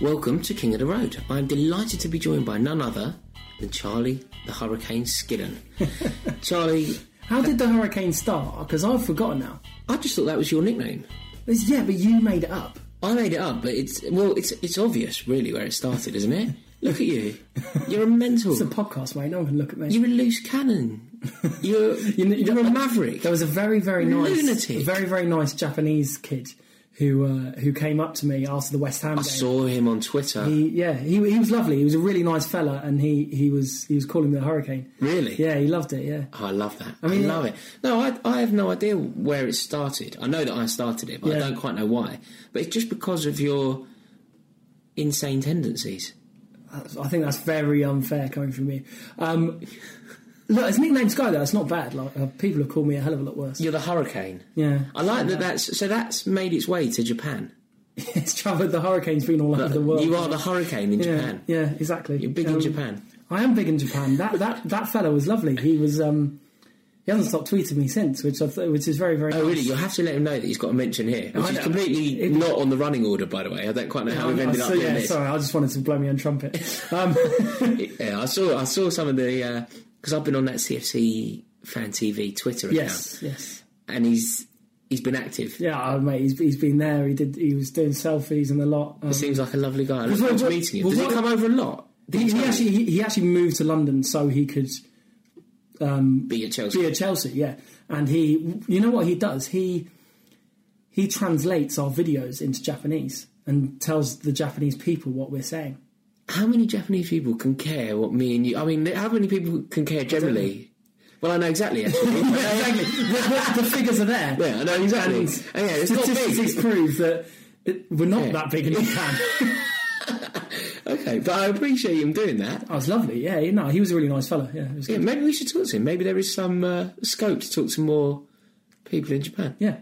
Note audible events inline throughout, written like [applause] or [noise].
Welcome to King of the Road. I'm delighted to be joined by none other than Charlie the Hurricane [laughs] Skidden. Charlie, How did the hurricane start? Because I've forgotten now. I just thought that was your nickname. It's, yeah, but you made it up. I made it up, but it's well, it's it's obvious really where it started, isn't it? Look at you. You're a mental. It's a podcast, mate. No one can look at me. You're a loose cannon. You're [laughs] You kn- you're a maverick. there was a very, very nice, Lunatic. very, very nice Japanese kid who uh, who came up to me after the West Ham I game. saw him on Twitter. He, yeah, he, he was lovely. He was a really nice fella, and he, he was he was calling me the hurricane. Really? Yeah, he loved it. Yeah, Oh, I love that. I, mean, love it. No, I, I have no idea where it started. I know that I started it, but I Yeah. don't quite know why. But it's just because of your insane tendencies. That's- I think that's very unfair coming from you. Um, look, his nickname Sky though. It's not bad. Like uh, people have called me a hell of a lot worse. You're the hurricane. Yeah, [laughs] I like that. That's so. That's made its way to Japan. it's travelled. The hurricane's been all over the world. You are the hurricane in yeah, Japan. yeah, exactly. You're big in Um, Japan. I am big in Japan. That that that fellow was lovely. He was um, he hasn't stopped tweeting me since, which I th- which is very very. Oh, nice. really? You'll have to let him know that he's got a mention here, which I is know. completely It- not on the running order, by the way. I don't quite know how Oh, we've I- I- ended up so- doing yeah, this. sorry, I just wanted to blow me [laughs] own trumpet. Um, Yeah, I saw. I saw some of the because I've been on that CFC fan TV Twitter account, yes, yes, and he's he's been active. yeah, oh, mate, he's, he's been there. He did. He was doing selfies and a lot. Um, Seems like a lovely guy. I look Well, forward to what- meeting him. well, Does he what- come over a lot? Did he, he, he tell actually you? he, he actually moved to London so he could be at Chelsea? be at Chelsea. Yeah, and he, you know what he does? He he translates our videos into Japanese and tells the Japanese people what we're saying. How many Japanese people can care what me and you? I mean, how many people can care generally? Well, I know exactly. [laughs] Actually, exactly. the, the- the figures are there. yeah, I know exactly. And Oh, yeah, it's not big. statistics prove that it, we're not Yeah. that big in Japan. Okay, but I appreciate him doing that. I was lovely. Yeah, you know, he was a really nice fella. Yeah, it was Yeah, good. maybe we should talk to him. Maybe there is some uh, scope to talk to more people in Japan. yeah.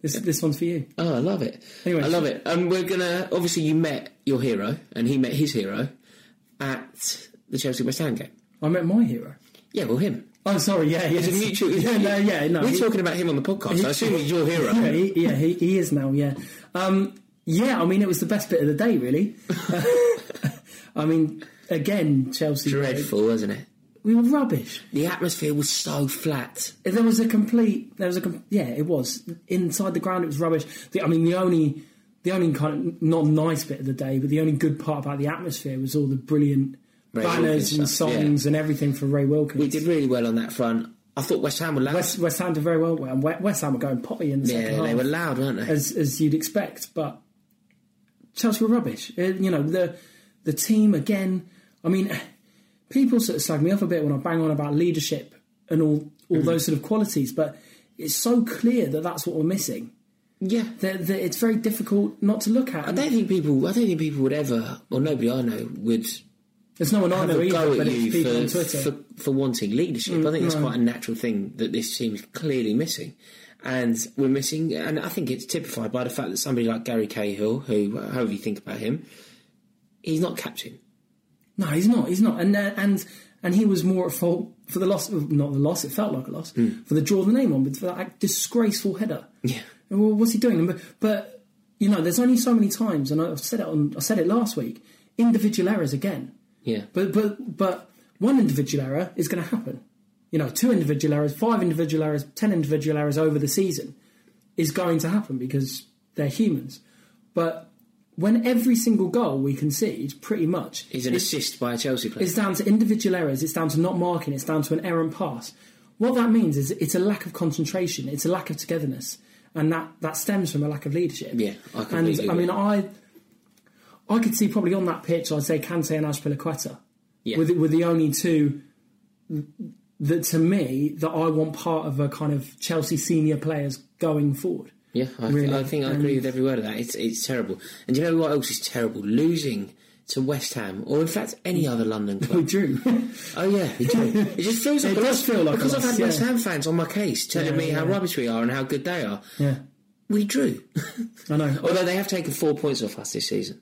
This this one's for you. Oh, I love it. Anyway, I love it. And we're gonna obviously you met your hero and he met his hero at the Chelsea West Ham game. I met my hero. Yeah, well, him. Oh, sorry. Yeah, yeah. It's a mutual. [laughs] yeah, no, [laughs] yeah, no. We're he- talking about him on the podcast. I assume he's your hero. yeah, he, yeah, he, he is now. Yeah, um, yeah. I mean, it was the best bit of the day, really. [laughs] I mean, again, [laughs] Chelsea. Dreadful, wasn't it? We were rubbish. The atmosphere was so flat. There was a complete. There was a. com- Yeah, it was inside the ground. It was rubbish. The, I mean, the only, the only kind of not nice bit of the day, but the only good part about the atmosphere was all the brilliant Ray Wilkins banners and stuff, yeah. songs and everything for Ray Wilkins. We did really well on that front. I thought West Ham were loud. West, West Ham did very well, and West, West Ham were going potty in the second yeah, half, they were loud, weren't they? as as you'd expect. But Chelsea were rubbish. Uh, you know the the team again. I mean, people sort of slag me off a bit when I bang on about leadership and all Mm-hmm. all those sort of qualities, but it's so clear that that's what we're missing. yeah. That, that it's very difficult not to look at. I don't think people. I don't think people would ever, or nobody I know would There's no one I have know a go either, at but it's you people on for, Twitter. for for wanting leadership. I think that's quite a natural thing that this team's clearly missing, and we're missing. And I think it's typified by the fact that somebody like Gary Cahill, who however you think about him, he's not captain. No, he's not. He's not. And uh, and and he was more at fault for the loss. Not the loss. It felt like a loss for the draw the name on, but for that disgraceful header. Yeah. And Well, what's he doing? But, but you know, there's only so many times, and I've said it. On, I said it last week. Individual errors again. Yeah, But but but one individual error is going to happen. You know, two individual errors, five individual errors, ten individual errors over the season is going to happen because they're humans. But when every single goal we concede, pretty much, he's an assist by a Chelsea player. it's down to individual errors. It's down to not marking. It's down to an errant pass. What that means is it's a lack of concentration. It's a lack of togetherness, and that that stems from a lack of leadership. Yeah, I and completely I agree. mean, I I could see probably on that pitch, I'd say Kante and Ashpilicueta Yeah. were, the, were the only two that to me that I want part of a kind of Chelsea senior players going forward. Yeah, I, Really, I think I agree with every word of that. It's it's terrible. And do you know what else is terrible? Losing to West Ham, or in fact any Mm. other [laughs] London We club. drew. oh yeah, we do. It just feels like It a does loss. feel like a because I've loss, had West yeah. Ham fans on my case telling Yeah, me how yeah. rubbish we are and how good they are. yeah, We [laughs] drew. I know. Although they have taken four points off us this season,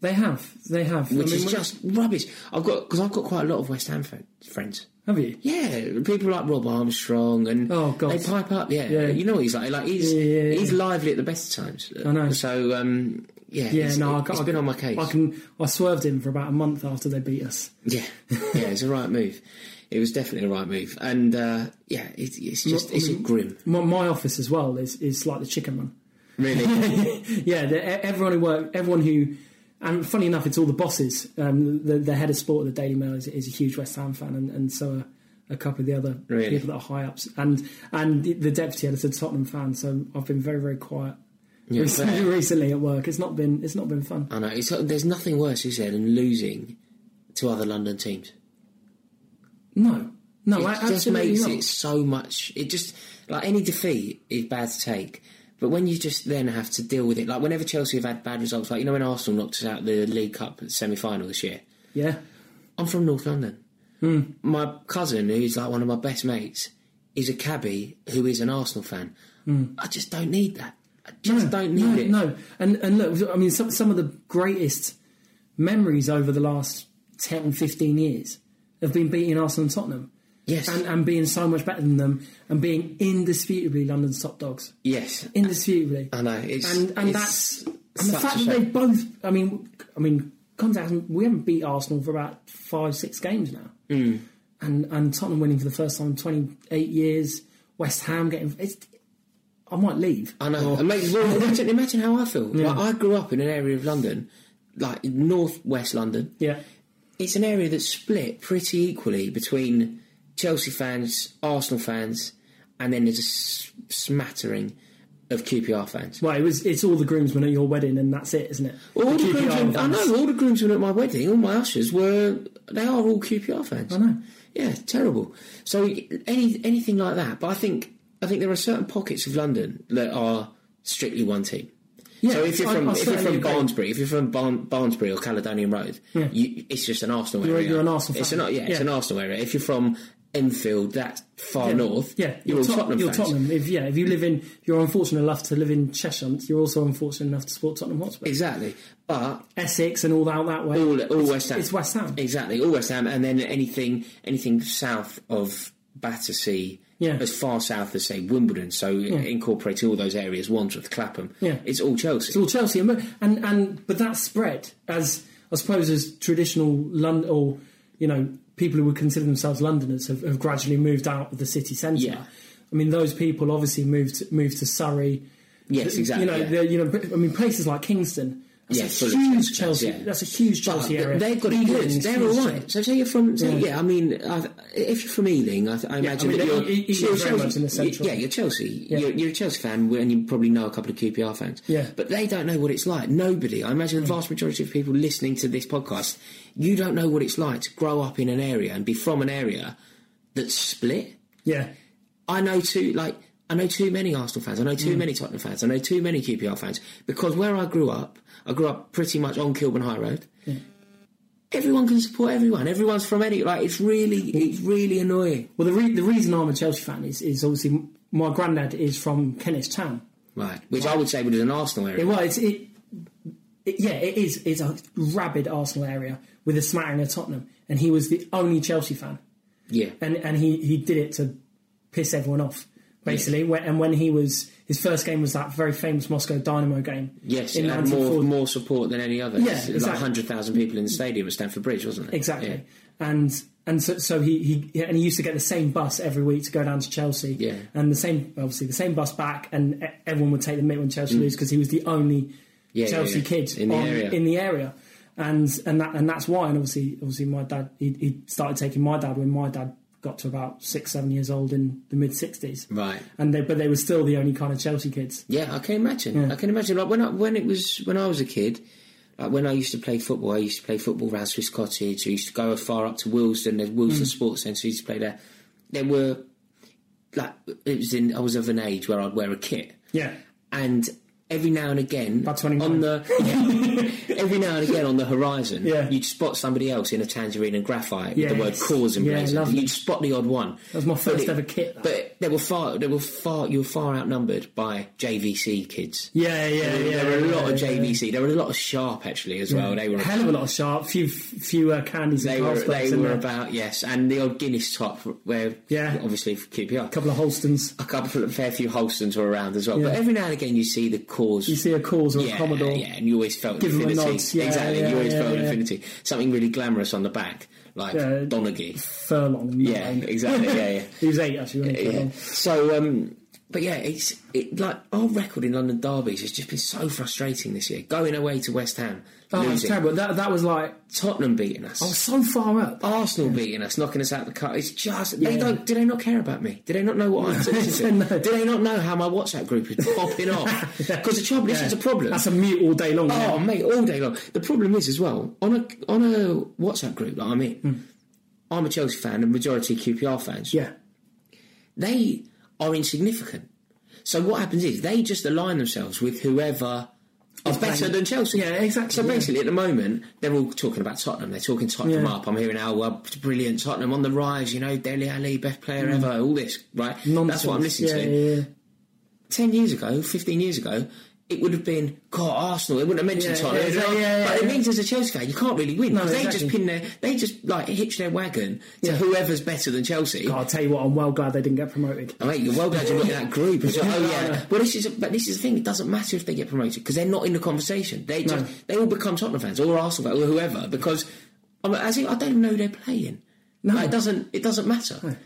They have. They have. which I mean, is just rubbish. I've got because I've got quite a lot of West Ham fan, friends. Have you? Yeah, people like Rob Armstrong and Oh, God. they pipe up. Yeah. Yeah. you know what he's like. Like he's Yeah, yeah, yeah. he's lively at the best of times. I know. So um, yeah, Yeah, it's, no, it, I, got- has I, been on my case. I can. I swerved him for about a month after they beat us. Yeah, yeah, it's a right move. It was definitely a right move, and uh, yeah, it, it's just it's grim, My, my office as well is is like the chicken run. [laughs] really. Yeah, the, e- everyone who work, everyone who, and funny enough, it's all the bosses. Um, the, the head of sport of the Daily Mail is, is a huge West Ham fan, and, and so are a couple of the other Really? people that are high ups, and and the- the deputy editor's a Tottenham fan. So I've been very very quiet recently, fair. [laughs] recently at work. It's not been it's not been fun. I know. It's, there's nothing worse, is there, than losing to other London teams. No, no, It Oh, a- just absolutely makes not. it so much. It just like any defeat is bad to take, but when you just then have to deal with it, like whenever Chelsea have had bad results, like you know when Arsenal knocked us out the League Cup semi final this year. Yeah, I'm from North London. Hmm. My cousin, who's like one of my best mates, is a cabbie who is an Arsenal fan. I just don't need that. I just don't need Hmm. no, it. No, and and look, I mean, some some of the greatest memories over the last 10, 15 years have been beating Arsenal and Tottenham. Yes. and, and being so much better than them and being indisputably London's top dogs. yes. Indisputably. I know. It's, and and Uh, it's that's and the such a fact that shame. they both I mean I mean contact we haven't beat Arsenal for about five, six games now. Mm. And and Tottenham winning for the first time in twenty eight years, West Ham getting it's I might leave. I know. And mate, well, imagine, imagine how I [laughs] feel. Like, I grew up in an area of London, like northwest London. Yeah. It's an area that's split pretty equally between Chelsea fans, Arsenal fans, and then there's a s- smattering of QPR fans. Well, it was it's all the groomsmen at your wedding and that's it, isn't it? All the The QPR groomsmen, I fans. know all the groomsmen at my wedding, all my ushers were. They are all QPR fans. I know. Yeah, terrible. So any anything like that, but I think I think there are certain pockets of London that are strictly one team. Yeah, so if you're I- from I if you're from certainly agree. Barnsbury, if you're from Barn, Barnsbury or Caledonian Road, you, it's just an Arsenal You're- area. you're an Arsenal It's fan. an, yeah, it's Yeah. an Arsenal area. If you're from Enfield, that far north, Yeah, you're, all Tot- Tottenham You're fans. Tottenham. If yeah, if you live in, if you're unfortunate enough to live in Cheshire. You're also unfortunate enough to support Tottenham Hotspur, Exactly, but Essex, and all out that way. all, all West Ham. It's West Ham. Exactly, all West Ham, and then anything anything south of Battersea, Yeah. as far south as say Wimbledon. So incorporate all those areas, Wandsworth, Clapham. Yeah. it's all Chelsea. It's all Chelsea, and and, and but that spread as I suppose as traditional London or you know people who would consider themselves Londoners have, have gradually moved out of the city centre. Yeah. I mean, those people obviously moved moved to Surrey. yes, exactly. You know, yeah. the- you know. but- I mean, places like Kingston. That's Yeah, a full of huge Chelsea fans, Chelsea. yeah. That's a huge But Chelsea area. they've got it Ealing good. is They're huge. all right. So say you're from, say, yeah. I mean, I, if you're from Ealing, I, I imagine mean, that you're, E- E- Ealing's you're very much in the central. Yeah, you're Chelsea. You're, you're a Chelsea fan, and you probably know a couple of QPR fans. Yeah. but they don't know what it's like. Nobody. I imagine the vast majority of people listening to this podcast, you don't know what it's like to grow up in an area and be from an area that's split. Yeah. I know too, like I know too many Arsenal fans. I know Mm. too many Tottenham fans. I know too many QPR fans because where I grew up, I grew up pretty much on Kilburn High Road. Everyone can support everyone. Everyone's from any like it's really it's really annoying. Well, the, re- the reason I'm a Chelsea fan is, is obviously m- my granddad is from Kentish Town. Right, which I would say was an Arsenal area. Well, it's it, it yeah, it is. It's a rabid Arsenal area with a smattering of Tottenham, and he was the only Chelsea fan, yeah, and and he he did it to piss everyone off basically. When, and when he was his first game was that very famous Moscow Dynamo game. yes, in it had 1940. more more support than any other. Yeah, It's like exactly. hundred thousand people in the stadium at Stamford Bridge, wasn't it? Exactly. Yeah. And and so, so he, he yeah, and he used to get the same bus every week to go down to Chelsea. Yeah. And the same obviously the same bus back, and e- everyone would take the mitt when Chelsea lose because he was the only Mm. Yeah, Chelsea yeah, yeah. kid In the on- area. in the area. And and that and that's why. And obviously obviously my dad he, he started taking my dad when my dad got to about six seven years old in the mid sixties. Right. And they but they were still the only kind of Chelsea kids. Yeah, I can imagine. I can imagine. Like when I, when it was when I was a kid, Like when I used to play football, I used to play football around Swiss Cottage. I used to go as far up to Wilsdon. There's Mm. Wilsdon Sports Centre. I used to play there. There were like it was in. I was of an age where I'd wear a kit, Yeah. and every now and again, About 25. on [laughs] the every now and again on the horizon, Yeah. you'd spot somebody else in a tangerine and graphite with the word Yes. cause Yeah, emblazoned. lovely. you'd spot the odd one. That was my first ever kit, that. But they were far. They were far. You were far outnumbered by JVC kids. Yeah, yeah, yeah. There were a lot of yeah, yeah. JVC. There were a lot of Sharp actually as well. They were hell of a lot of sharp. Few few uh, candies. they and were Carlsbergs they in were there. about yes, and the old Guinness top where Yeah. obviously for QPR. a couple of Holstons. a couple of fair few Holstons were around as well, but Yeah. every now and again you see the cause. You see a Cause or yeah, a Commodore. yeah, and you always felt Give them a infinity. nod. Yeah, exactly, yeah, you always yeah, felt yeah. infinity. Something really glamorous on the back, like Yeah. Donaghy. Furlong. Yeah, [laughs] nine. exactly. Yeah, yeah. he was eight actually. Wasn't he? Yeah. Furlong. So, um, but yeah, it's it, like our record in London derbies has just been so frustrating this year. Going away to West Ham, Oh, it was losing, terrible. That that was like Tottenham beating us, I was so far up. Arsenal beating us, knocking us out the cut. It's just they Yeah. don't. Do they not care about me? Do they not know [laughs] what I'm listening No. to? Do they not know how my WhatsApp group is popping off? Because the trouble, this [laughs] Yeah. is a problem. That's a mute all day long. Oh mate, all day long. The problem is as well on a on a WhatsApp group that I'm in. Hmm. I'm a Chelsea fan and majority QPR fans. yeah. They are insignificant. So what happens is they just align themselves with whoever is better playing- than Chelsea. Yeah, exactly, So yeah. basically, at the moment, they're all talking about Tottenham. They're talking Tottenham Yeah. up. I'm hearing how well, brilliant Tottenham on the rise. You know, Deli Ali, best player ever. All this, right? That's what I'm Mm. Nonsense. listening to. Yeah, yeah, yeah. 10 years ago, 15 years ago, it would have been, God, Arsenal. They wouldn't have mentioned Yeah, Tottenham. yeah, yeah, yeah, but it yeah. means as a Chelsea fan, you can't really win. No, 'cause They exactly. just pin their, they just like hitch their wagon to Yeah. whoever's better than Chelsea. I'll tell you what. I'm well glad they didn't get promoted. Oh, mate, you're well glad you're not in that group. It's like, oh No, no. yeah. Well, this is but this is the thing. It doesn't matter if they get promoted because they're not in the conversation. They just No. they all become Tottenham fans or Arsenal fans or whoever because I'm like, as if I don't even know who they're playing. No, it doesn't. It doesn't matter.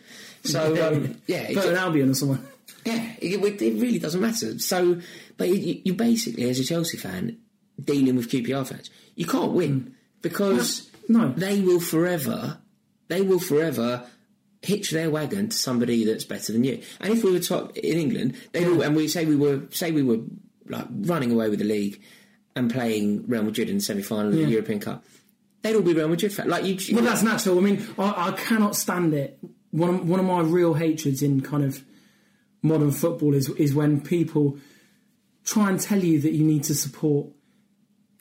So [laughs] um, yeah, it, Put an Albion or someone. yeah, it, it it really doesn't matter. So, but you, you basically, as a Chelsea fan, dealing with QPR fans, you can't win because Mm. No. they will forever, they will forever hitch their wagon to somebody that's better than you. And if we were top in England, they all, and we say we were say we were like running away with the league and playing Real Madrid in the semi final of the European Cup, they'd all be Real Madrid fans. Like you, Well, that's natural. I mean, I, I cannot stand it. One of, one of my real hatreds in kind of modern football is is when people try and tell you that you need to support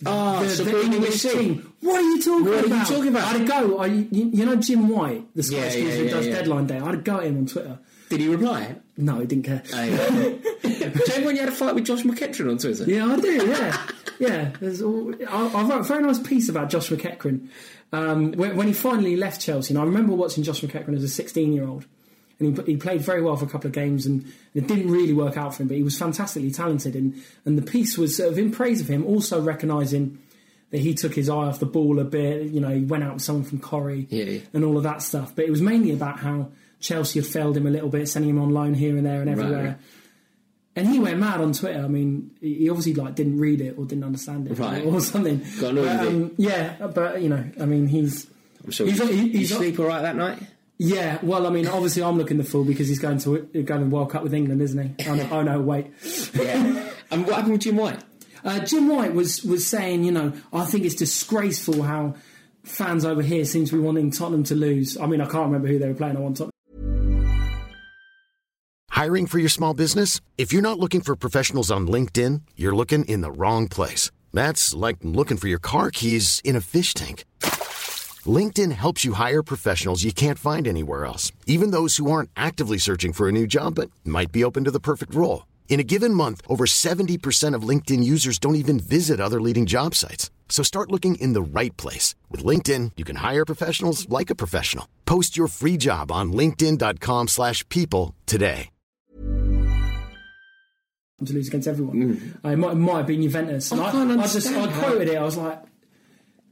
oh, the, the supporting English team. What are you talking What are you about? talking about? I'd go. I, you, you know Jim White, the Scottish yeah, geezer who yeah, does yeah. Deadline Day. I'd go at him on Twitter. Did he reply? No, he didn't care. [laughs] Anyway. Do you remember when you had a fight with Josh McEachran on Twitter? yeah, I do. Yeah, yeah. There's all, I, I wrote a very nice piece about Josh McEachran um, when, when he finally left Chelsea. And I remember watching Josh McEachran as a 16 year old. And he, he played very well for a couple of games, and, and it didn't really work out for him. But he was fantastically talented, and, and the piece was sort of in praise of him, also recognising that he took his eye off the ball a bit. You know, he went out with someone from Corrie Yeah, yeah. and all of that stuff. But it was mainly about how Chelsea had failed him a little bit, sending him on loan here and there and everywhere. right. And he went mad on Twitter. I mean, he he obviously like didn't read it or didn't understand it Right. or something. Got annoyed But, with um, yeah, but you know, I mean, he's I'm sure He's- you, he- you he's- sleep all right that night. yeah. Well, I mean, obviously, I'm looking the fool because he's going to going to World Cup with England, isn't he? Oh no, oh, no wait. Yeah. [laughs] and what happened with Jim White? Uh, Jim White was was saying, you know, I think it's disgraceful how fans over here seem to be wanting Tottenham to lose. I mean, I can't remember who they were playing. I want Tottenham. Hiring for your small business? If you're not looking for professionals on LinkedIn, you're looking in the wrong place. That's like looking for your car keys in a fish tank. LinkedIn helps you hire professionals you can't find anywhere else, even those who aren't actively searching for a new job but might be open to the perfect role. In a given month, over 70% of LinkedIn users don't even visit other leading job sites. So start looking in the right place. With LinkedIn, you can hire professionals like a professional. Post your free job on linkedin.com/people slash people today. to lose against everyone. Uh, it, might, it might have been Juventus. And Mm. I can't just understand I how- quoted it. I was like,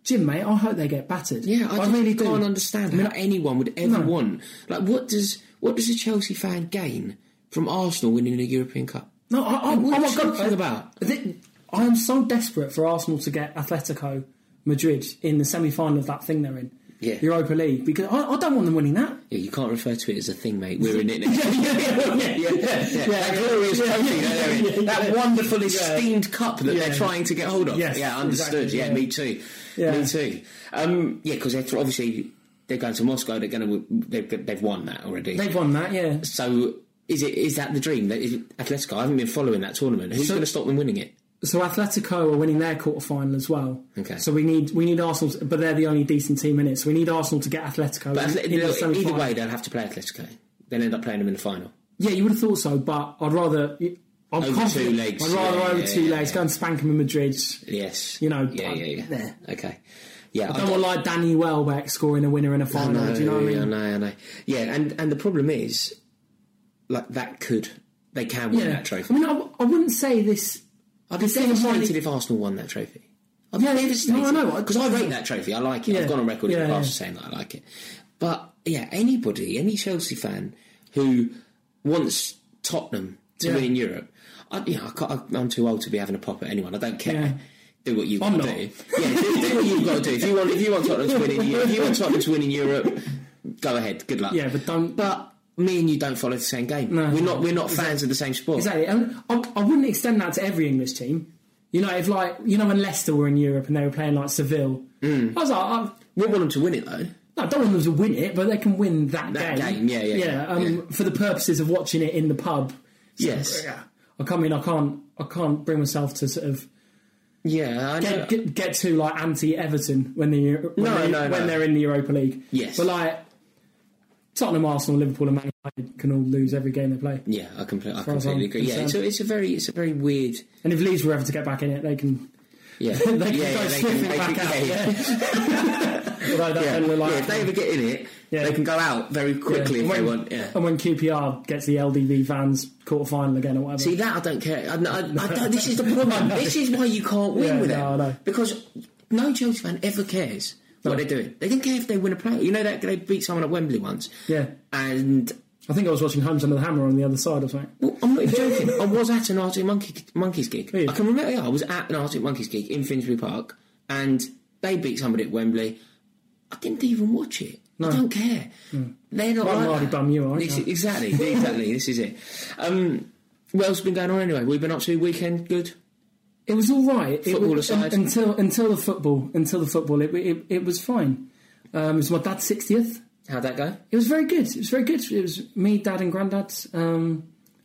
Jim, mate, I hope they get battered. Yeah, I, just really do. can't understand how anyone would ever No. want. Like, what does what does a Chelsea fan gain from Arsenal winning a European Cup? No, I, I, What oh are my you God, talking I- about? th- I am so desperate for Arsenal to get Atletico Madrid in the semi-final of that thing they're in. Yeah. Europa League because I, I don't want them winning that. Yeah, you can't refer to it as a thing, mate. We're [laughs] in it now. yeah, Yeah, that glorious trophy, that- that- that wonderful esteemed cup that Yeah. they're trying to get hold of. Yes, yeah, understood. exactly, yeah, yeah. me too. Yeah. Me too. Um, yeah, because they're obviously they're going to Moscow. They're going to they've, they've won that already. They've won that. Yeah, so is it is that the dream? That is Atletico. I haven't been following that tournament. Who's going to stop them winning it? So Atletico are winning their quarter final as well. Okay. So we need we need Arsenal, to, but they're the only decent team in it. So we need Arsenal to get Atletico. But in, Athle- in the they'll- either semi-final. way, they'll have to play Atletico. They'll end up playing them in the final. yeah, you would have thought so. But I'd rather I'm Over confident. two legs, I'd rather yeah, over yeah, two yeah, legs. yeah. Go and spank them in Madrid. Yes. You know, Yeah, but- yeah, yeah. there. Okay. Yeah. I don't want like Danny Welbeck scoring a winner in a final. Oh, do you know what I mean? I know, I know. Yeah, and and the problem is, like that could they can win that I trophy. mean, I, I wouldn't say this. I'd be think it's devastated really- if Arsenal won that trophy. I'd Yeah, be devastated. no, I know. I- because I rate that trophy. I like it. Yeah. I've gone on record in Yeah, the past yeah. saying that I like it. But yeah, anybody, any Chelsea fan who wants Tottenham to Yeah. win in Europe, I, you know, I can't, I'm too old to be having a pop at anyone. I don't care. Yeah. Do what you I'm got to not. do. Yeah, do, do what you've got to do. If you want, if you want Tottenham to win in, if you want Tottenham to win in Europe, go ahead. Good luck. Yeah, but don't. But me and you don't follow the same game. No. we're not we're not fans of the same sport. Exactly. And eh? I, I wouldn't extend that to every English team. You know, if like you know when Leicester were in Europe and they were playing like Seville, Mm. I was like, I, We want them to win it though. No, I don't want them to win it, but they can win that, That game. game, yeah, yeah, yeah, um, yeah. For the purposes of watching it in the pub. So, Yes. Yeah. I come in. I can't. I can't bring myself to sort of Yeah, I know. get, get, get too like anti Everton when they when, No, they, no, no. when they're in the Europa League. Yes. But like Tottenham, Arsenal, Liverpool, and Man United can all lose every game they play. yeah, I completely, I as I'm completely agree. Yeah, it's a, it's a very it's a very weird. And if Leeds were ever to get back in it, they can. Yeah, [laughs] They can yeah, go yeah, sniffing back out. yeah, Yeah. Although that yeah. don't look like Yeah, if they ever get in it, Yeah. they can go out very quickly if And they when- want. Yeah. And when QPR gets the LDV fans quarter final again or whatever. See that I don't care. I, I, I don't, this is the [laughs] problem. this is why you can't win Yeah, with no, I it know. because no Chelsea fan ever cares what they're doing. They didn't care if they win a play. You know that they beat someone at Wembley once. Yeah. and I think I was watching Homes Under the Hammer on the other side or something. Well, I'm not even joking. I was at an Arctic Monkey, Monkeys gig. Yeah. I can remember. Yeah, I was at an Arctic Monkeys gig in Finsbury Park, and they beat somebody at Wembley. I didn't even watch it. I don't care. They're not Hmm. Well, like Marty that. bum you, aren't This- you? Exactly, exactly. this is it. Um, what else has been going on anyway? We've been up to weekend. Good. It was all right. It Football was, aside. un- until until the football, until the football, it it, it was fine. Um, it was my dad's sixtieth. How'd that go? It was very good. It was very good. It was me, dad, and granddad, um,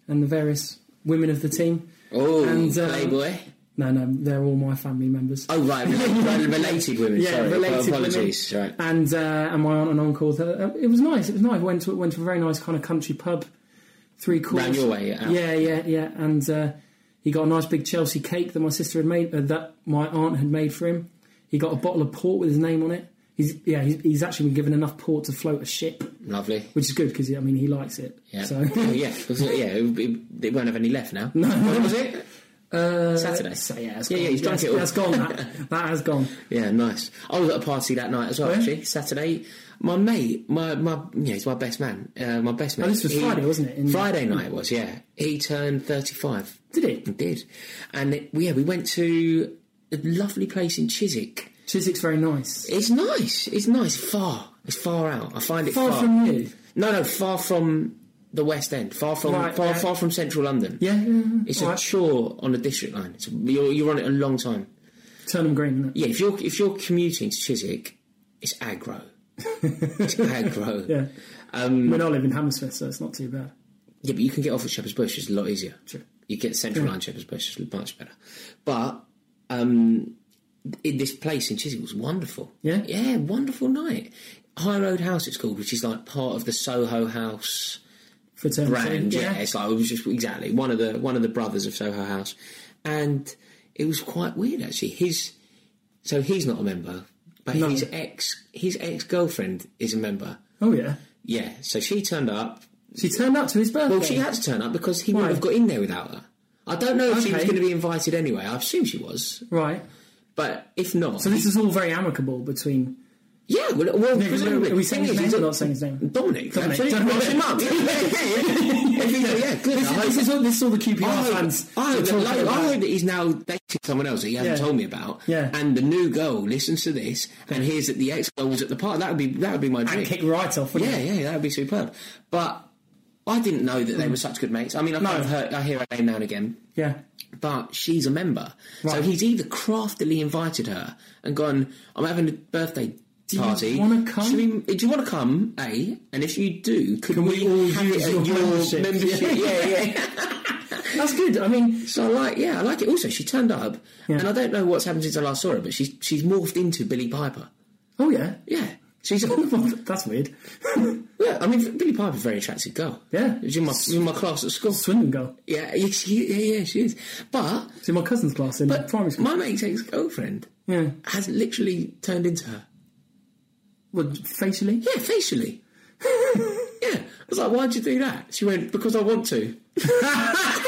and the various women of the team. Oh, And, um, Playboy. No, no, they're all my family members. Oh right, rel- rel- [laughs] related women. yeah, sorry. related Apologies. women. Right. And uh, and my aunt and uncle. the- uh, it was nice. It was nice. Went to went to a very nice kind of country pub. Three course. Round your way, out. Yeah, yeah, yeah. And uh, he got a nice big Chelsea cake that my sister had made. Uh, that my aunt had made for him. He got a bottle of port with his name on it. He's yeah. He's, he's actually been given enough port to float a ship, Lovely. which is good because I mean he likes it. Yeah. So [laughs] Oh, yeah. Was it- yeah. It, it, they won't have any left now. No. When was it? uh, Saturday. So yeah, it's Yeah, gone. yeah, he's drunk Yes, it all. That's gone. [laughs] That, that has gone. Yeah, nice. I was at a party that night as well. Where? Actually, Saturday. My mate, my my, yeah, he's my best man. Uh, my best man. Oh, this was Friday, wasn't it? In- Friday night it was. Yeah, he turned thirty-five. Did he? He did, and it, yeah, we went to a lovely place in Chiswick. Chiswick's very nice. It's nice. It's nice. Far. It's far out. I find it far, Far from you. No, no, far from the West End. Far from Right, far, yeah. far from central London. Yeah. yeah, yeah. It's All a right. chore on the district line. It's, you're, you're on it a long time. Turnham Green. Isn't it? Yeah, if you're if you're commuting to Chiswick, it's aggro. [laughs] it's aggro. Yeah. Um, I mean, I live in Hammersmith, so it's not too bad. yeah, but you can get off at Shepherd's Bush. It's a lot easier. Sure. You get Central Line Shepherd's Bush. It's much better. But um, in this place in Chiswick was wonderful. Yeah? yeah, wonderful night. High Road House, it's called, which is like part of the Soho House Fraternity. brand. Yeah, it's like it was just exactly one of the one of the brothers of Soho House, and it was quite weird actually. His so he's not a member, but No. his ex his ex girlfriend is a member. Oh yeah. Yeah, so she turned up. She turned up to his birthday. Well, she had to turn up because he Why? wouldn't have got in there without her. I don't know if she was Okay. going to be invited anyway. I assume she was, Right. but if not, So this is all very amicable between. yeah. Well, well Are presumably- we saying thing his is, name he's or a- not saying his name? Dominic, Dominic. absolutely. [laughs] Dominic. Well, it's your mum. Yeah, yeah, yeah. [laughs] If he's no, yeah, good. I This, hope- this is all, this is all the QPR I hope, fans. I, hope are that, talking like, I about. hope that he's now dating someone else that he hasn't Yeah. told me about. Yeah. And the new goal listens to this and hears that the ex goal was at the park. That would be that would be my dream. and kick right off. wouldn't Yeah, it? yeah, that would be superb. But I didn't know that they were such good mates. I mean, I've Hmm. No. kind of heard, I hear her name now and again, yeah. but she's a member. So Right. he's either craftily invited her and gone, "I'm having a birthday." you Party. wanna come? Should we- do you want to come? A and if you do, could Can we, we all have use it at your your membership? [laughs] membership? yeah, yeah. That's good. I mean, So I like, yeah, I like it. Also, she turned up, Yeah. and I don't know what's happened since I last saw her, but she's she's morphed into Billy Piper. oh yeah, [laughs] Yeah, she's. that's weird. yeah, I mean, Billy Piper's a very attractive girl. Yeah. she's in my in my class at school. Swindon girl. Yeah, yeah, she, yeah, yeah, she is. But It's in my cousin's class in primary school. my mate's ex girlfriend yeah. has literally turned into her. Well, facially. Yeah, [laughs] facially. yeah, I was like, why'd you do that? She went because I want [laughs] to. [laughs]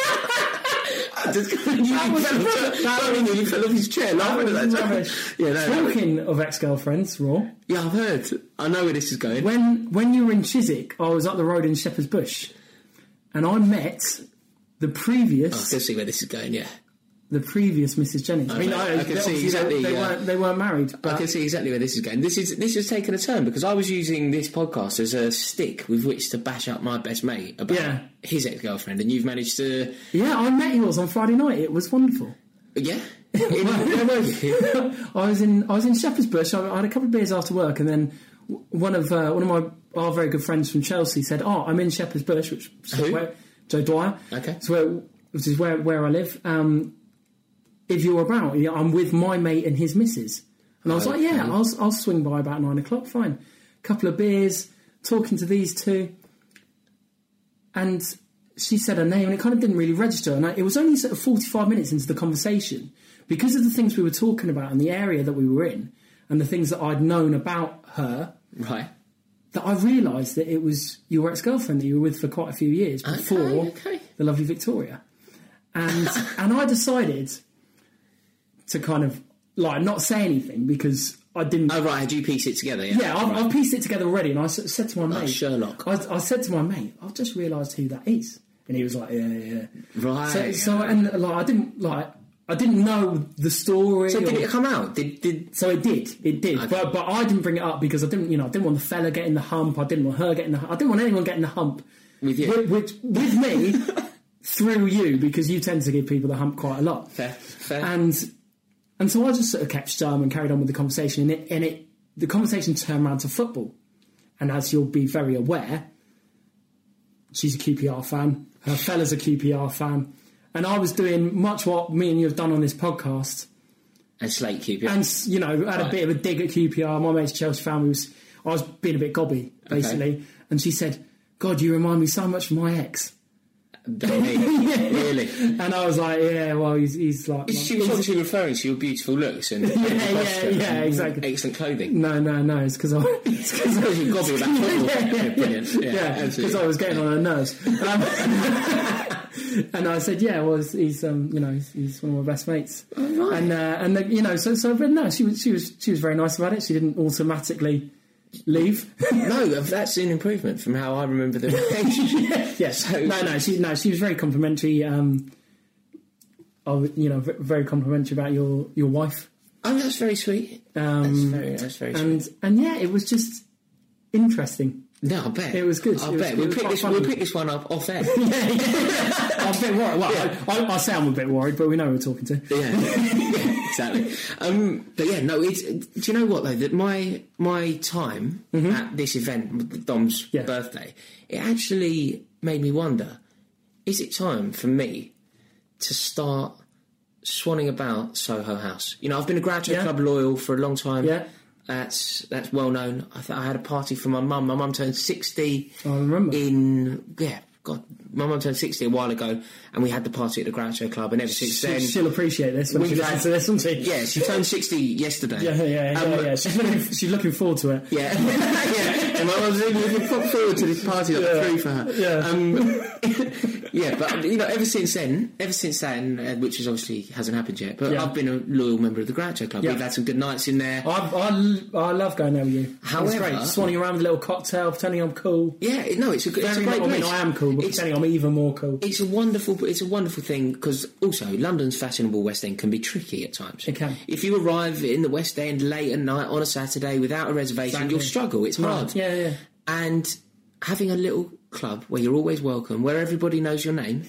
I just nearly [laughs] was fell off- rubbish. I nearly fell off his chair laughing at was that. joke. rubbish. [laughs] Yeah, no, no, Talking of ex-girlfriends, Raw. Yeah, I've heard. I know where this is going. When when you were in Chiswick, I was up the road in Shepherd's Bush, and I met the previous I can Oh, see where this is going. Yeah, the previous Mrs. Jennings. I mean, I- I, I can see obviously exactly, They, they yeah. weren't, they weren't married, I but can see exactly where this is going. This is this has taken a turn because I was using this podcast as a stick with which to bash up my best mate about Yeah. his ex girlfriend, and you've managed to yeah, I met yours on Friday night. It was wonderful. yeah. [laughs] In- where were you? [laughs] I was in I was in Shepherd's Bush. I, I had a couple of beers after work, and then w- one of uh, one of my our very good friends from Chelsea said, "Oh, I'm in Shepherd's Bush," which is Who? where Joe Dwyer. Okay. it's where which is where where I live. Um, if you're about, yeah, I'm with my mate and his missus, and I was like, "Yeah, I'll I'll swing by about nine o'clock. Fine, couple of beers, talking to these two, and." She said her name, and it kind of didn't really register. And I, it was only sort of forty-five minutes into the conversation because of the things we were talking about and the area that we were in and the things that I'd known about her [laughs] Right. that I realised that it was your ex-girlfriend that you were with for quite a few years before Oh, okay. the lovely Victoria. And and I decided to kind of like not say anything because I didn't Oh right, had you pieced it together? Yeah. yeah, I've, I've pieced it together already, and I sort of said to my Oh, mate, Sherlock. I, I said to my mate, I've just realised who that is, and he was like, yeah, yeah, yeah. Right. So, so and like, I didn't like, I didn't know the story. So did or- it come out? Did did so it did, it did. But but I didn't bring it up because I didn't, you know, I didn't want the fella getting the hump. I didn't want her getting the. hu- I didn't want anyone getting the hump With you. with, with, with me [laughs] through you because you tend to give people the hump quite a lot. fair fair? And and so I just sort of kept stum and carried on with the conversation, and it, and it the conversation turned around to football, and as you'll be very aware, she's a QPR fan, her fella's a QPR fan, and I was doing much what me and you have done on this podcast, and Slate QPR. [laughs] and s- you know had a bit of a dig at QPR. My mate's a Chelsea fan, we was I was being a bit gobby basically, and she said, "God, you remind me so much of my ex," [laughs] really? and I was like, "Yeah, well, he's, he's like." my- She was obviously referring to your beautiful looks and [laughs] yeah, yeah, yeah, exactly. excellent clothing. No, no, no. [laughs] It's because I. It's because I You're gobby about football. [laughs] Yeah, brilliant. Yeah, Yeah, because absolutely. I was getting on her nerves. Um, [laughs] and I said, "Yeah, well, he's, he's um, you know, he's, he's one of my best mates." Oh, And uh, and the, you know, so so but no, she was she was she was very nice about it. She didn't automatically leave. [laughs] No, that's an improvement from how I remember the relationship. yes, So- no, no, she no, she was very complimentary. Um, of, you know, v- very complimentary about your your wife. oh, that's very sweet. Um, that's very, that's very sweet. and and yeah, it was just interesting. No, I bet it was good. I It was- bet it we'll was pick quite this. funny. We'll pick this one up off [laughs] air. I'm a bit worried. Well, I, I sound a bit worried, but we know who we're talking to. yeah, [laughs] yeah, exactly. Um, but yeah, no. It's, do you know what though? That my my time at this event, Dom's Mm-hmm. Yeah. birthday, it actually made me wonder: Is it time for me to start swanning about Soho House? You know, I've been a graduate Yeah. club loyal for a long time. Yeah. That's that's well known. I, th- I had a party for my mum. My mum turned sixty Oh, I remember. in yeah. God, my mum turned sixty a while ago, and we had the party at the Groucho Club, and ever since She- then, she'll appreciate this when We've she had- listens to this, won't she? yeah, she turned 60 yesterday. Yeah, yeah, yeah, Um, yeah, yeah. She's, looking, she's looking forward to it. yeah. [laughs] yeah. And my mum's really looking fo- forward to this party like Yeah. three for her. Yeah. Mm. Um, [laughs] yeah, but you know, ever since then, ever since then, uh, which is obviously hasn't happened yet, but Yeah. I've been a loyal member of the Groucho Club. Yeah. We've had some good nights in there. I, I, I love going there with you. It's However- great. swanning around with a little cocktail, pretending I'm cool. Yeah, it- no, it's a good, it's a Very great little place. mean I am cool. cool, but It's- pretending I'm even more cool. It's a wonderful, it's a wonderful thing because also London's fashionable West End can be tricky at times. It can. If you arrive in the West End late at night on a Saturday without a reservation, Exactly. you'll struggle. It's hard. Yeah, yeah. And having a little club where you're always welcome, where everybody knows your name,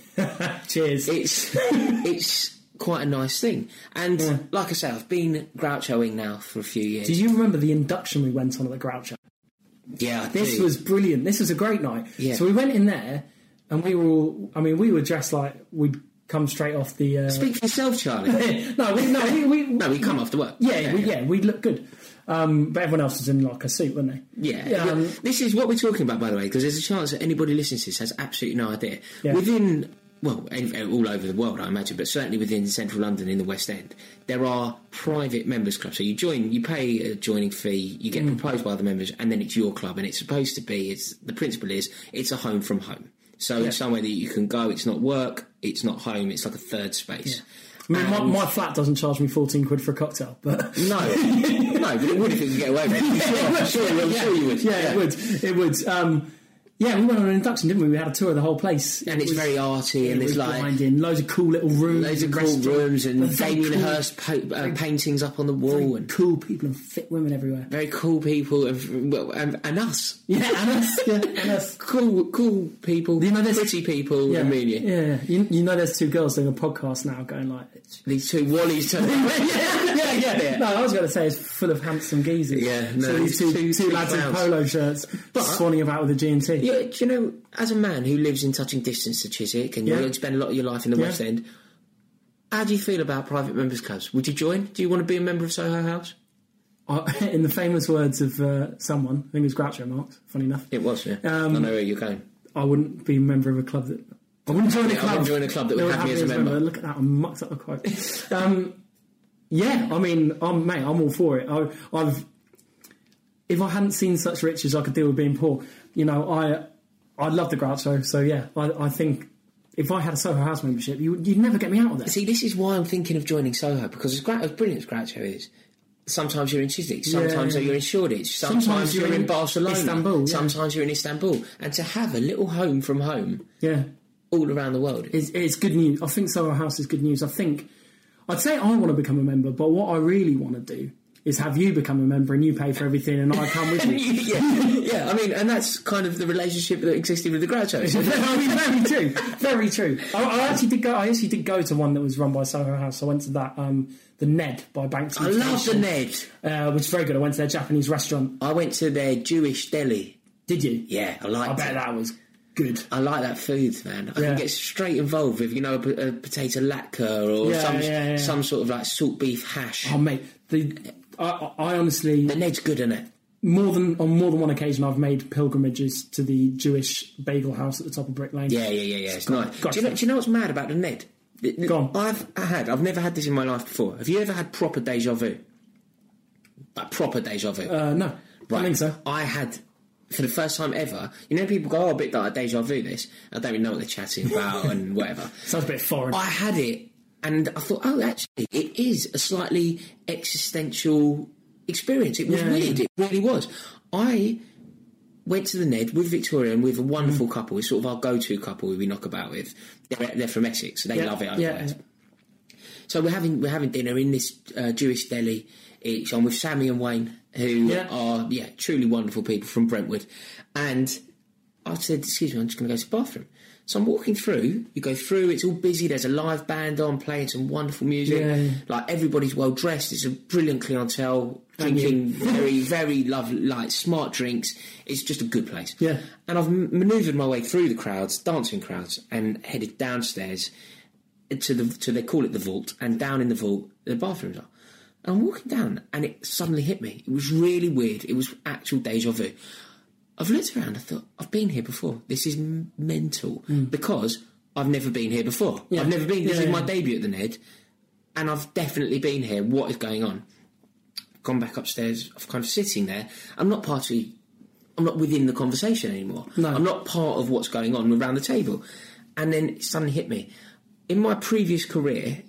Cheers. [laughs] it's it's quite a nice thing. And like I say, I've been grouchoing now for a few years. Did you remember the induction we went on at the Groucho? yeah, I This do. was brilliant. This was a great night. Yeah. So we went in there, and we were all. I mean, we were dressed like we'd come straight off the. Uh, Speak for yourself, Charlie. [laughs] no, we, no, we, we, [laughs] no, we come after work. yeah, yeah, we, yeah, we looked good. Um, but everyone else was in like a suit, weren't they? Yeah. Um, this is what we're talking about, by the way, because there's a chance that anybody listening to this has absolutely no idea. Yeah. Within, well, in- all over the world, I imagine, but certainly within central London in the West End, there are private members' clubs. So you join, you pay a joining fee, you Mm. get proposed by other members, and then it's your club. And it's supposed to be, it's the principle is, it's a home from home. So it's somewhere that you can go, it's not work, it's not home, it's like a third space. I mean, my, And- my flat doesn't charge me fourteen quid for a cocktail, [laughs] but no, [laughs] no, but it would if it could get away with [laughs] it. I'm sure, I'm sure, I'm sure you would. Yeah, it would. It would. Um, yeah, we went on an induction, didn't we? We had a tour of the whole place, And it's very arty, and it it's was like blinding. Loads of cool little rooms, Loads of and cool restaurants, rooms but and very Damien cool, Hirst po- uh, paintings up on the wall and cool people and fit women everywhere. very cool people and, well, and, and us. Yeah, [laughs] and us, yeah, [laughs] and us. Cool, cool people, You know, there's- pretty people, yeah. and you. yeah. You, you know, there's two girls doing a podcast now, going like, These two Wallies turn [laughs] yeah, yeah. No, I was going to say it's full of handsome geezers. Yeah, no, so these it's two, two- two, two lads in clowns. polo shirts, swanning about with a G and T. Yeah, do you know, as a man who lives in touching distance to Chiswick and Yeah. you spend a lot of your life in the West Yeah. End, how do you feel about private members' clubs? Would you join? Do you want to be a member of Soho House? I- Uh, [laughs] in the famous words of uh, someone, I think it was Groucho Marx, funny enough, It was, yeah. Um, I know where you're going. I wouldn't be a member of a club that. I wouldn't join a Yeah, I club. wouldn't join a club that would have me as a member. Look at that, I mucked up the quote. um, yeah, I mean, I'm, mate, I'm all for it. I, I've, if I hadn't seen such riches, I could deal with being poor. You know, I, I love the Groucho, so yeah, I, I think if I had a Soho House membership, you, would- you'd never get me out of there. See, this is why I'm thinking of joining Soho because as, gra- as brilliant as Groucho is, sometimes you're in Chiswick, sometimes Yeah. you're in Shoreditch, sometimes, Sometimes you're, you're in, in Barcelona, Istanbul, yeah. sometimes you're in Istanbul, and to have a little home from home Yeah, all around the world. [laughs] it's, it's good news. I think Soho House is good news. I think I'd say I want to become a member, but what I really want to do is have you become a member and you pay for everything and I come [laughs] with you. [laughs] yeah, yeah. I mean, and that's kind of the relationship that existed with the [laughs] Grouchos. I mean, very true, very true. I, I actually did go. I actually did go to one that was run by Soho House. I went to that, um, the Ned by Bankton. I love the Station, Ned. uh, which is very good. I went to their Japanese restaurant. I went to their Jewish deli. Did you? Yeah, I like. I bet that was good. I like that food, man. I Yeah. can get straight involved with, you know, a, p- a potato latke or Yeah, some yeah, yeah. some sort of like salt beef hash. Oh mate, the I, I I honestly the Ned's good in it. more than on more than one occasion I've made pilgrimages to the Jewish bagel house at the top of Brick Lane. Yeah, yeah, yeah, yeah. It's nice. got do, you know, it. do you know what's mad about the Ned? The- the- Go on. I've had. I've never had this in my life before. Have you ever had proper deja vu? Like proper deja vu. Uh, no, I don't think so. I had for the first time ever. You know, people go, "Oh, a bit like a deja vu." This. I don't even know what they're chatting about and [laughs] whatever. Sounds a bit foreign. I had it, and I thought, "Oh, actually, it is a slightly existential experience." It was Yeah. weird. It really was. I went to the Ned with Victoria and with a Mm. wonderful couple. It's sort of our go-to couple we knock about with. They're, they're from Essex, so they Yeah, love it over yeah, there. So we're having we're having dinner in this uh, Jewish deli. It's on with Sammy and Wayne, who Yeah. are yeah truly wonderful people from Brentwood. And I said, "Excuse me, I'm just going to go to the bathroom." So I'm walking through. You go through. It's all busy. There's a live band on playing some wonderful music. Yeah, yeah. Like everybody's well dressed. It's a brilliant clientele. Thank you. Drinking very very lovely, like smart drinks. It's just a good place. Yeah. And I've m- manoeuvred my way through the crowds, dancing crowds, and headed downstairs to the to they call it the vault, and down in the vault the bathrooms are. And I'm walking down, and it suddenly hit me. It was really weird. It was actual deja vu. I've looked around. I thought I've been here before. This is m- mental because I've never been here before. I've never been. This Hmm. Yeah, is my yeah. debut at the Ned, and I've definitely been here. What is going on? Gone back upstairs. I'm kind of sitting there. I'm not party. I'm not within the conversation anymore. No. I'm not part of what's going on around the table. And then it suddenly hit me. In my previous career,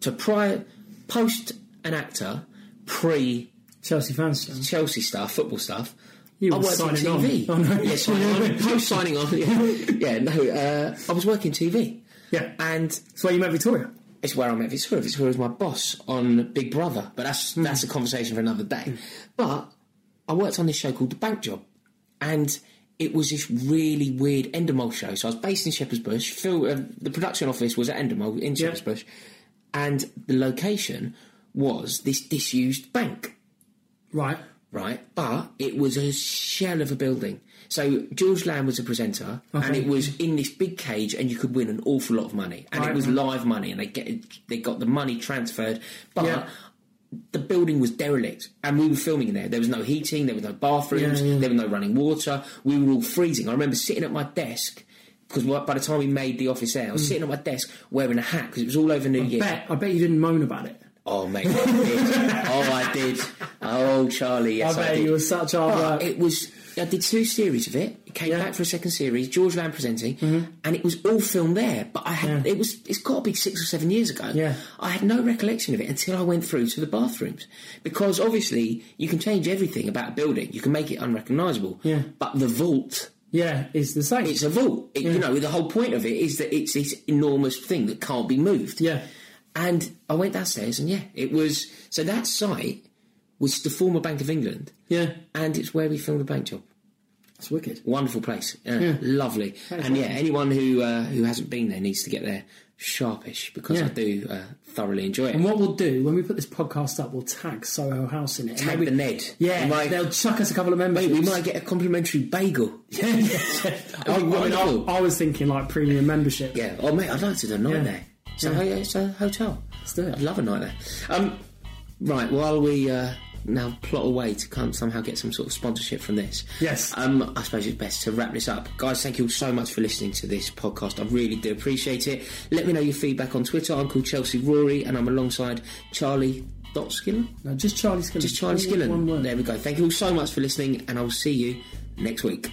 to prior, post an actor, pre Chelsea fans. Chelsea stuff, football stuff, You I were worked in signing on. TV. Oh, no. Yeah, signing [laughs] on. Post signing on. Yeah, yeah no, uh, I was working TV. Yeah. And That's why you met Victoria. it's where I met Victoria. Victoria was my boss on Big Brother, but that's that's a conversation for another day. But I worked on this show called The Bank Job, and it was this really weird Endemol show. So I was based in Shepherd's Bush. Phil, uh, the production office was at Endemol in Shepherd's Bush, and the location was this disused bank Right. right? But it was a shell of a building. So George Lamb was a presenter, and it was in this big cage, and you could win an awful lot of money, and it Right, was right. live money, and they get they got the money transferred, but. Yeah. The building was derelict, and we were filming in there. There was no heating, there was no bathrooms, Yeah, yeah. there was no running water. We were all freezing. I remember sitting at my desk because by the time we made the office air, I was sitting at my desk wearing a hat because it was all over New Year. Bet. Mm. I bet you didn't moan about it. Oh mate, I did. [laughs] oh I did. Oh Charlie, yes I I, bet did. you were such a But hard work. it was. I did two series of it. It came Yeah. Mm-hmm. back for a second series. George Lamb presenting, and it was all filmed there. But I had it was. It's got to be six or seven years ago. Yeah. I had no recollection of it until I went through to the bathrooms because obviously you can change everything about a building. You can make it unrecognisable. Yeah. But the vault. Yeah, it's the same. It's a vault. It- You know, the whole point of it is that it's this enormous thing that can't be moved. yeah. And I went downstairs, and yeah, it was. So that site was the former Bank of England, Yeah. and it's where we filmed a bank job. It's wicked. Wonderful place, yeah, lovely, and yeah, anyone who uh, who hasn't been there needs to get there sharpish because Yeah. I do uh, thoroughly enjoy it. And what we'll do when we put this podcast up, we'll tag Soho House in it. Tag the Ned. Yeah, We might- they'll chuck us a couple of Hey, memberships. we might get a complimentary bagel. Yeah, [laughs] [laughs] yeah. I, I mean, Wonderful. I- I was thinking like premium membership. Yeah. Oh, mate, I'd like to do a night Yeah. there. So Yeah. hey, it's a hotel. Let's do I'd it. love a night there. Um, right, while we uh, now plot a way to come, somehow get some sort of sponsorship from this. Yes. Um, I suppose it's best to wrap this up. Guys, thank you all so much for listening to this podcast. I really do appreciate it. Let me know your feedback on Twitter. I'm called Chelsea Rory and I'm alongside Charlie Dot Skillen. No, just Charlie Skillen. Just Charlie One word. Skillen. There we go. Thank you all so much for listening and I will see you next week.